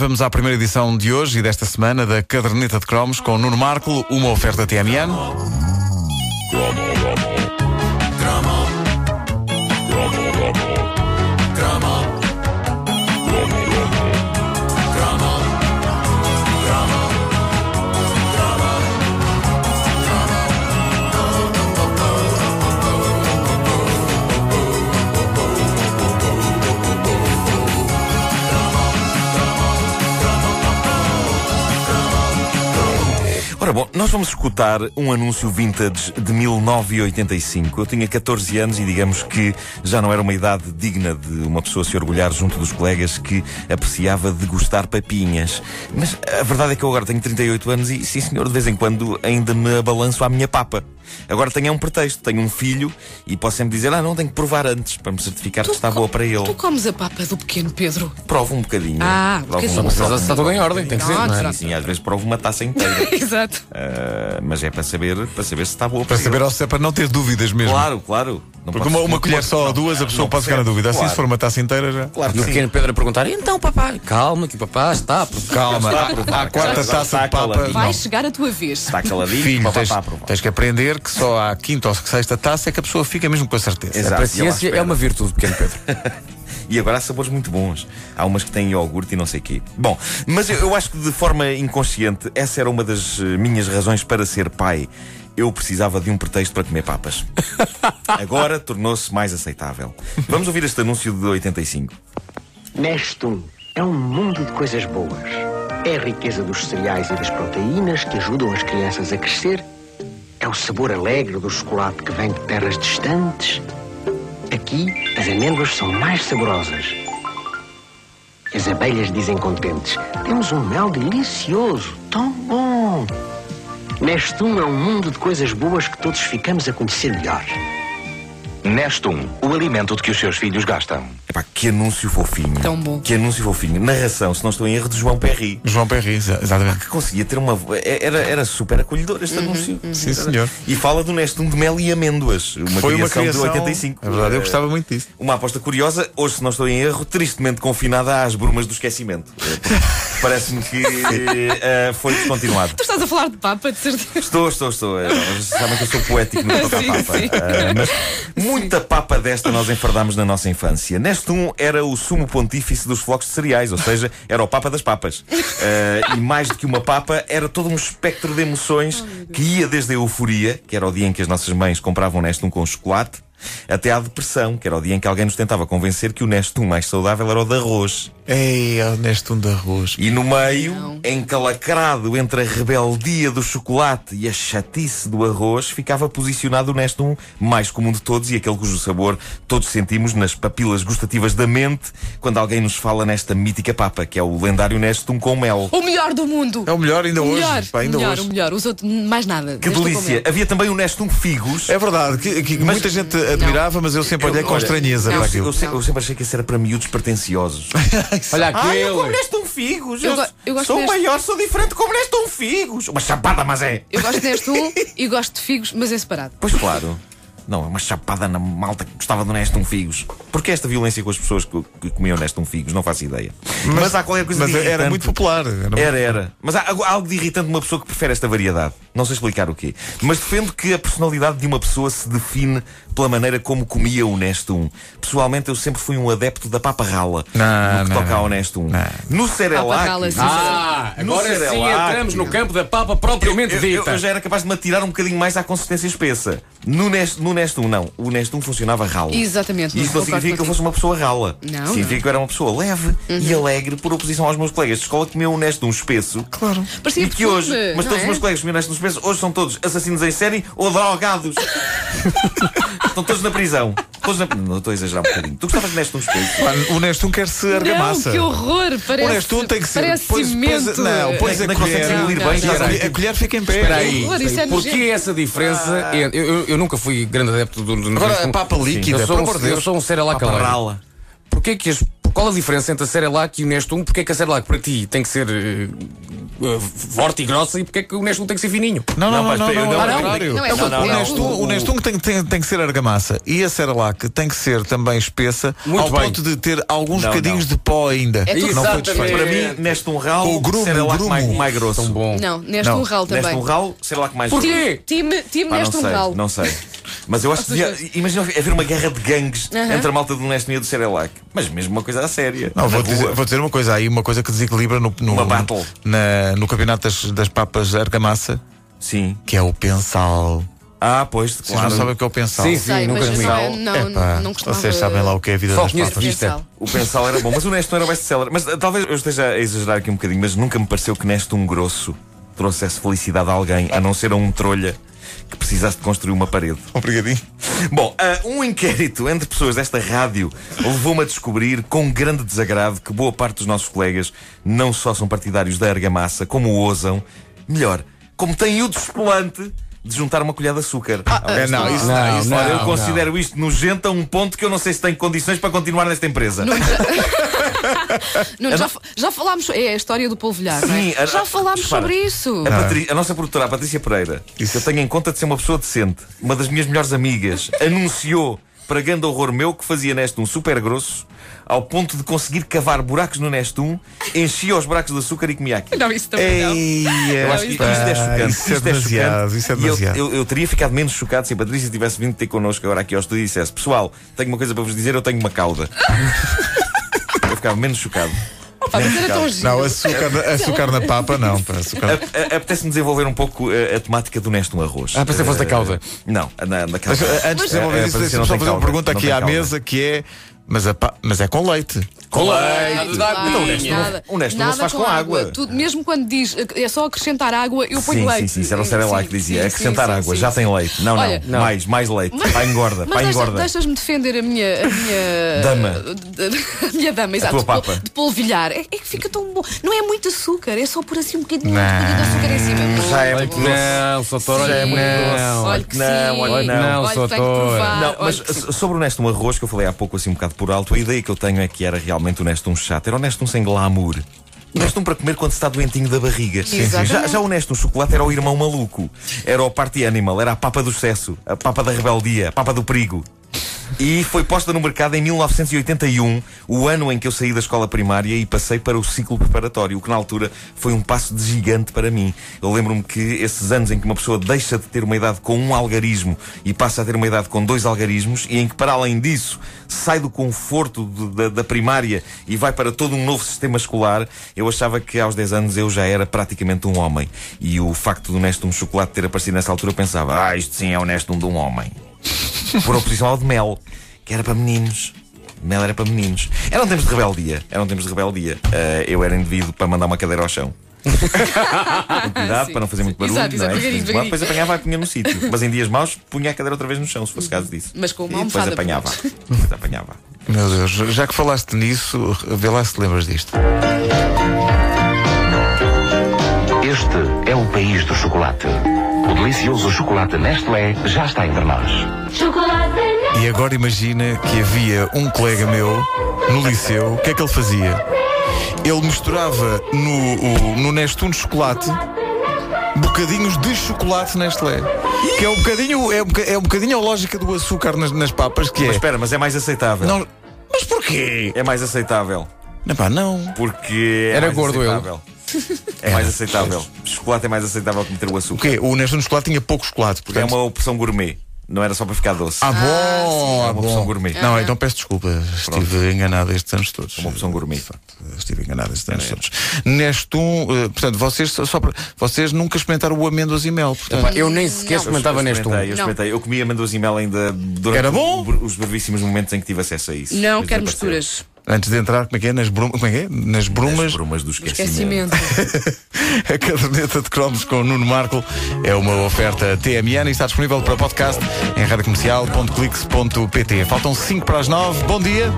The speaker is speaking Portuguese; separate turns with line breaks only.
Vamos à primeira edição de hoje e desta semana da Caderneta de Cromos com Nuno Marco, uma oferta TMN.
Ora bom, nós vamos escutar um anúncio vintage de 1985. Eu tinha 14 anos e digamos que já não era uma idade digna de uma pessoa se orgulhar junto dos colegas que apreciava degustar papinhas. Mas a verdade é que eu agora tenho 38 anos e, sim senhor, de vez em quando ainda me abalanço à minha papa. Agora tenho é um pretexto, tenho um filho e posso sempre dizer, ah não, tenho que provar antes para me certificar que está boa para
Tu
ele.
comes a papa do pequeno Pedro.
Provo um bocadinho.
Ah, um
Provo
bocadinho. Só
provo
precisa estar tudo em ordem, tem que ser, não é?
Sim, sim, às vezes provo uma taça inteira.
Exato.
Ah, mas é para saber, para saber se está boa
Para saber ao se é para não ter dúvidas mesmo.
Claro, claro. Não
Porque
posso-
uma, uma
não
colher
posso-
só ou
não,
duas a
não
pessoa pode ficar na
percebe.
dúvida. Assim,
Claro.
se for uma taça inteira já.
Claro
E o
que sim.
pequeno Pedro a perguntar, então papai, calma que papai está por
Calma,
Está a
à
provar,
à quarta
já está
taça de
a colar.
papa.
Vai
não.
chegar a tua vez.
Está caladinho,
Filho,
papá,
tens,
papá, papá.
tens que aprender que só à quinta ou sexta taça é que a pessoa fica mesmo com a certeza.
Exato.
A
e
paciência
ele à
é uma virtude, pequeno Pedro.
E agora há sabores muito bons. Há umas que têm iogurte e não sei o quê. Bom, mas eu, eu acho que de forma inconsciente, essa era uma das eh, minhas razões para ser pai. Eu precisava de um pretexto para comer papas. Agora tornou-se mais aceitável. Vamos ouvir este anúncio de 85.
Nestum é um mundo de coisas boas. É a riqueza dos cereais e das proteínas que ajudam as crianças a crescer. É o sabor alegre do chocolate que vem de terras distantes. Aqui, as amêndoas são mais saborosas. As abelhas dizem contentes: Temos um mel delicioso, tão bom. Nestum é um mundo de coisas boas que todos ficamos a conhecer melhor.
Nestum, um, o alimento de que os seus filhos gastam.
Epá, que anúncio fofinho.
Tão bom.
Que anúncio fofinho. Narração, se não estou em erro, de João Perri.
João Perri, exa- exatamente.
que conseguia ter uma. vo- é- Era, era super acolhedor este anúncio.
Sim, senhor.
E fala do Nestum de mel e amêndoas. Uma
Foi uma
criação
criação.
de 85.
É verdade, eu
Eh,
gostava muito disso.
Uma aposta curiosa, hoje, se não estou em erro, tristemente confinada às brumas do esquecimento. Eh, porque Parece-me que eh, foi descontinuado.
Tu estás a falar de papa, de certeza.
Estou, estou, estou. Eh, não, Vocês sabem que eu sou poético no que toca a
Sim,
papa.
sim.
Eh, mas muita papa desta nós enfardámos na nossa infância. Nestum era o sumo pontífice dos flocos de cereais, ou seja, era o papa das papas. Eh, e mais do que uma papa, era todo um espectro de
Oh,
emoções que ia desde a euforia, que era o dia em que as nossas mães compravam Nestum com chocolate, até à depressão, que era o dia em que alguém nos tentava convencer que o Nestum mais saudável era o de arroz.
Ei, é o Nestum de arroz.
E no meio, encalacrado entre a rebeldia do chocolate e a chatice do arroz, ficava posicionado o Nestum mais comum de todos e aquele cujo sabor todos sentimos nas papilas gustativas da mente quando alguém nos fala nesta mítica papa, que é o lendário Nestum com mel.
O melhor do mundo.
É o melhor ainda
O melhor,
hoje. pá, ainda
o melhor,
hoje.
o melhor. Os outros, mais nada.
Que
Deste
delícia!
com mel.
Havia também o Nestum figos.
É verdade, que, que muita gente admirava, mas eu sempre olhei com estranheza
não.
para
Eu,
aquilo.
se- eu sempre achei que isso era para miúdos pretenciosos.
Olha
Ah, eu como
aquele.
Nestum figos!
Eu
Eu,
go- eu gosto
sou
deste.
maior, sou diferente como Nestum figos! Uma chapada, mas é!
Eu gosto deste um e gosto de figos, mas em separado.
Pois claro. Não, é uma chapada na malta que gostava do Nestum um Figos. Porquê esta violência com as pessoas que, que comiam Nestum Figos? Não faço ideia. Mas, há qualquer coisa
Mas
de
era
irritante.
muito popular. Era
É.
muito-
Era, era. Mas há algo- algo de irritante numa pessoa que prefere esta variedade. Não sei explicar o quê. Mas defendo que a personalidade de uma pessoa se define pela maneira como comia o Nestum. Pessoalmente, eu sempre fui um adepto da papa rala.
Não,
no que
não, é
toca ao Nestum. No
Papa rala,
Cerelac...
sim.
Ah, agora
No
sim
Cerelac.
entramos no campo da papa propriamente
é Eu, eu-
dita.
eu já era capaz de me atirar um bocadinho mais à consistência espessa. No Nest, no Nest 1, não. O Nest 1 funcionava ralo.
Exatamente,
E
não
isso não
concordo
significa que eu
contigo.
fosse uma pessoa rala.
Não,
Significa que eu era uma pessoa leve e alegre por oposição aos meus colegas de escola que comiam o Nest 1 espesso. Claro.
Parecia
e que
perfume,
hoje, mas todos
não é?
os meus colegas que comiam o Nest 1 espesso, hoje são todos assassinos em série ou drogados. Estão todos na prisão. Todos na... Não, estou a exagerar um bocadinho. Tu gostavas de Nest 1 espesso?
Pá, O Nestum quer-se argamassa.
Não, que horror. Parece,
O Nestum tem que ser.
parece
pões- pões-
cimento.
não, é pões a
Nem consegues
colher.
engolir
Não,
bem.
não,
já
A
não.
sei.
colher- A colher fica em pé.
Espera aí.
horror, isso é
Porquê
nojento.
essa diferença?
Ah.
entre- Eu, eu- eu nunca fui grande adepto do, do
Agora,
Nestum.
a papa
Sim.
líquida,
eu sou,
por
um-
amor de Deus.
Eu sou um ser
Papa
alacalado.
rala.
Porquê que as qual a diferença entre a Cerelac e o Nestum? Porque é que a Cerelac para ti tem que ser eh, eh, forte e grossa e porque é que o Nestum tem que ser fininho?
Não, não,
Não,
não,
mas
não,
tem-
não,
não,
ao
não,
contrário.
não, é não,
O
não,
Nestum, o Nestum tem, tem, tem que ser argamassa e a Cerelac tem que ser também espessa
Muito
ao
bem.
ponto de ter alguns
Não,
bocadinhos de pó ainda.
É tudo
não foi
Exatamente.
desfeito.
Para
É.
mim, neste um ralo,
Com o grumo,
será lá
grumo.
mais, mais grosso.
Tão bom.
Não, neste
Não,
um ralo
Neste
também.
um ralo, será lá que mais grosso.
Porquê?
Time, time
Pá,
neste
não
um
sei,
ralo.
não sei. Mas eu acho que devia, imagina haver uma guerra de gangues
Aham.
entre a malta do Neste e do Cerelac. Mas mesmo uma coisa a séria.
Não,
Na
vou
rua.
dizer, vou dizer uma coisa aí, uma coisa que desequilibra no, no,
Uma battle.
na- no campeonato das, das papas de argamassa,
Sim.
que é o pensal.
Ah, pois,
Vocês
claro.
não sabem o que é o pensal?
Sim,
Sei,
nunca
mas
vi.
não, é- não,
Epá,
não, não costumava.
Vocês sabem lá o que é a vida
Só
das
conheço
papas.
este.
Pensal.
O pensal era bom, mas o Neste não era best-seller. Mas ah, talvez eu esteja a exagerar aqui um bocadinho, mas nunca me pareceu que Neste um grosso trouxesse felicidade a alguém, a não ser a um trolha que precisasse de construir uma parede.
Obrigadinho.
Bom, ah, um inquérito entre pessoas desta rádio levou-me a descobrir, com grande desagrado, que boa parte dos nossos colegas não só são partidários da argamassa, como o ousam, melhor, como têm o desplante de juntar uma colher de açúcar. Ah,
É, não, isso não,
Não,
isso
Olha, eu
não.
considero isto nojento a um ponto que eu não sei se tenho condições para continuar nesta empresa.
Não, já, fa- já falámos. É a história do polvilhar, não é?
Sim, a-
Já falámos
repara,
sobre isso.
A, Patri- a nossa produtora, a É Patrícia Pereira,
Isso.
que eu tenho em conta de ser uma pessoa decente, uma das minhas melhores amigas, anunciou para grande horror meu que fazia Neste um super grosso, ao ponto de conseguir cavar buracos no Neste um, enchia os buracos de açúcar e comia aqui.
Não, isso também não.
Ei,
Eu acho que isto é chocante.
Isso é
isto é
demasiado,
chocante.
isso é
E eu-
demasiado.
Eu, eu teria ficado menos chocado se a Patrícia tivesse vindo ter connosco agora aqui ao estúdio e dissesse: Pessoal, tenho uma coisa para vos dizer, eu tenho uma cauda. eu ficava menos chocado.
Pá, mas era tão giro.
Não, açúcar, na- açúcar na papa, não. pá, açúcar na-
A- a- Apetece-me desenvolver um pouco eh, a, temática do Neste um Arroz.
Ah, pensei que fosse da cauda.
Não, na, na
Mas,
cauda.
eh, Antes de desenvolver
Eh,
isso, deixa-me
Patrícia, não
só
tem
fazer uma
cauda.
pergunta
Não
aqui
tem
à
cauda.
mesa que é. Mas, a pa- mas é com leite.
Com
Nada,
leite.
dá
nada,
aguinha. Então, o Nestum- o Nestum não se faz com água.
Tudo, mesmo quando diz eh, é só acrescentar água, eu ponho
Sim,
leite.
sim, sim, isso era o Cerelac que dizia.
sim,
Acrescentar
sim,
água,
sim,
já
sim.
tem leite. Não,
Olha-
não, mais, mais leite.
Mas-
Pá, engorda,
Mas
pá,
deixa-
engorda.
deixas-me defender a minha. A minha
Dama.
A minha dama, exato.
tua
de pol-
papa.
De polvilhar. É, é que fica tão bom. Não é muito açúcar, é só por assim um bocadinho,
Não.
um bocadinho de açúcar em cima.
Já é
Bom,
muito
bom.
doce.
Não, só
Sim,
toro, olha, não.
olha que
É não,
sim,
olha que não,
olha que tenho
só
que
toro.
provar,
Não,
Ah, olha
mas
que sim.
so- sobre o Nestum Arroz, que eu falei há pouco assim um bocado por alto, a ideia que eu tenho é que era realmente o Nestum chato. Era o Nestum sem glamour. O Nestum para comer quando se está doentinho da barriga.
Sim, sim.
Já, já o Nestum chocolate era o irmão maluco. Era o party animal, era a papa do excesso, a papa da rebeldia, a papa do perigo. E foi posta no mercado em 1981, o ano em que eu saí da escola primária e passei para o ciclo preparatório, o que na altura foi um passo de gigante para mim. Eu lembro-me que esses anos em que uma pessoa deixa de ter uma idade com um algarismo e passa a ter uma idade com dois algarismos, e em que, para além disso, sai do conforto de- da, da primária e vai para todo um novo sistema escolar, eu achava que aos 10 anos eu já era praticamente um homem. E o facto do Nestum Chocolate ter aparecido nessa altura, eu pensava, ah, isto sim é o Nestum de um homem por oposição ao de mel, que era para meninos. Mel era para meninos. Eram tempos de rebeldia. Eram tempos de rebeldia. Ah, eu era indivíduo para mandar uma cadeira ao chão. Com cuidado,
Sim,
para não fazer muito
sim.
barulho. não é?
Exato, exato, devagarinho, devagarinho.
Depois apanhava e punha no sítio. Mas em dias maus, punha a cadeira outra vez no chão, se fosse caso disso.
Mas com uma
e depois
almofada,
apanhava. Depois apanhava.
Meu Deus, já que falaste nisso, vê lá se te lembras disto.
Este é o país do chocolate. O delicioso chocolate Nestlé já está entre nós.
E agora imagina que havia um colega meu no liceu, o que é que ele fazia? Ele misturava no, o, no Nestum de chocolate bocadinhos de chocolate Nestlé. Que é um bocadinho, é um boca- é um bocadinho a lógica do açúcar nas, nas papas, que
Mas
é.
espera, mas é mais aceitável.
Não, mas porquê?
É mais aceitável.
Não, pá, não.
Porque. é
Era
mais
gordo ele.
aceitável. É mais aceitável. Chocolate é mais aceitável que meter o
O
açúcar.
quê? O Nestum de chocolate tinha pouco chocolate.
É
Portanto...
uma opção gourmet. Não era só para ficar doce.
Ah, bom!
É uma
ah,
opção
bom.
gourmet. É
Não, então peço desculpa, estive enganado estes anos todos.
uma opção gourmet.
De facto, Estive enganado estes anos todos. Nestum, eh, portanto, vocês, só só para- vocês nunca experimentaram o amêndoas e mel, portanto.
Eu nem sequer
Não.
experimentava
eu
neste um.
experimentei, Eu,
Não.
experimentei. eu comia amêndoas e mel ainda durante
Era bom?
o- os brevíssimos momentos em que tive acesso a isso.
Não
Depois
quero
desapareceu.
misturas.
Antes de entrar, como é que é? Nas, brum, como é que é? Nas brumas,
As brumas do esquecimento.
Esquecimento.
a caderneta de cromos com o Nuno Marco é uma oferta TMN e está disponível para podcast em radiocomercial.clix.pt. Faltam 5 para as 9. Bom dia!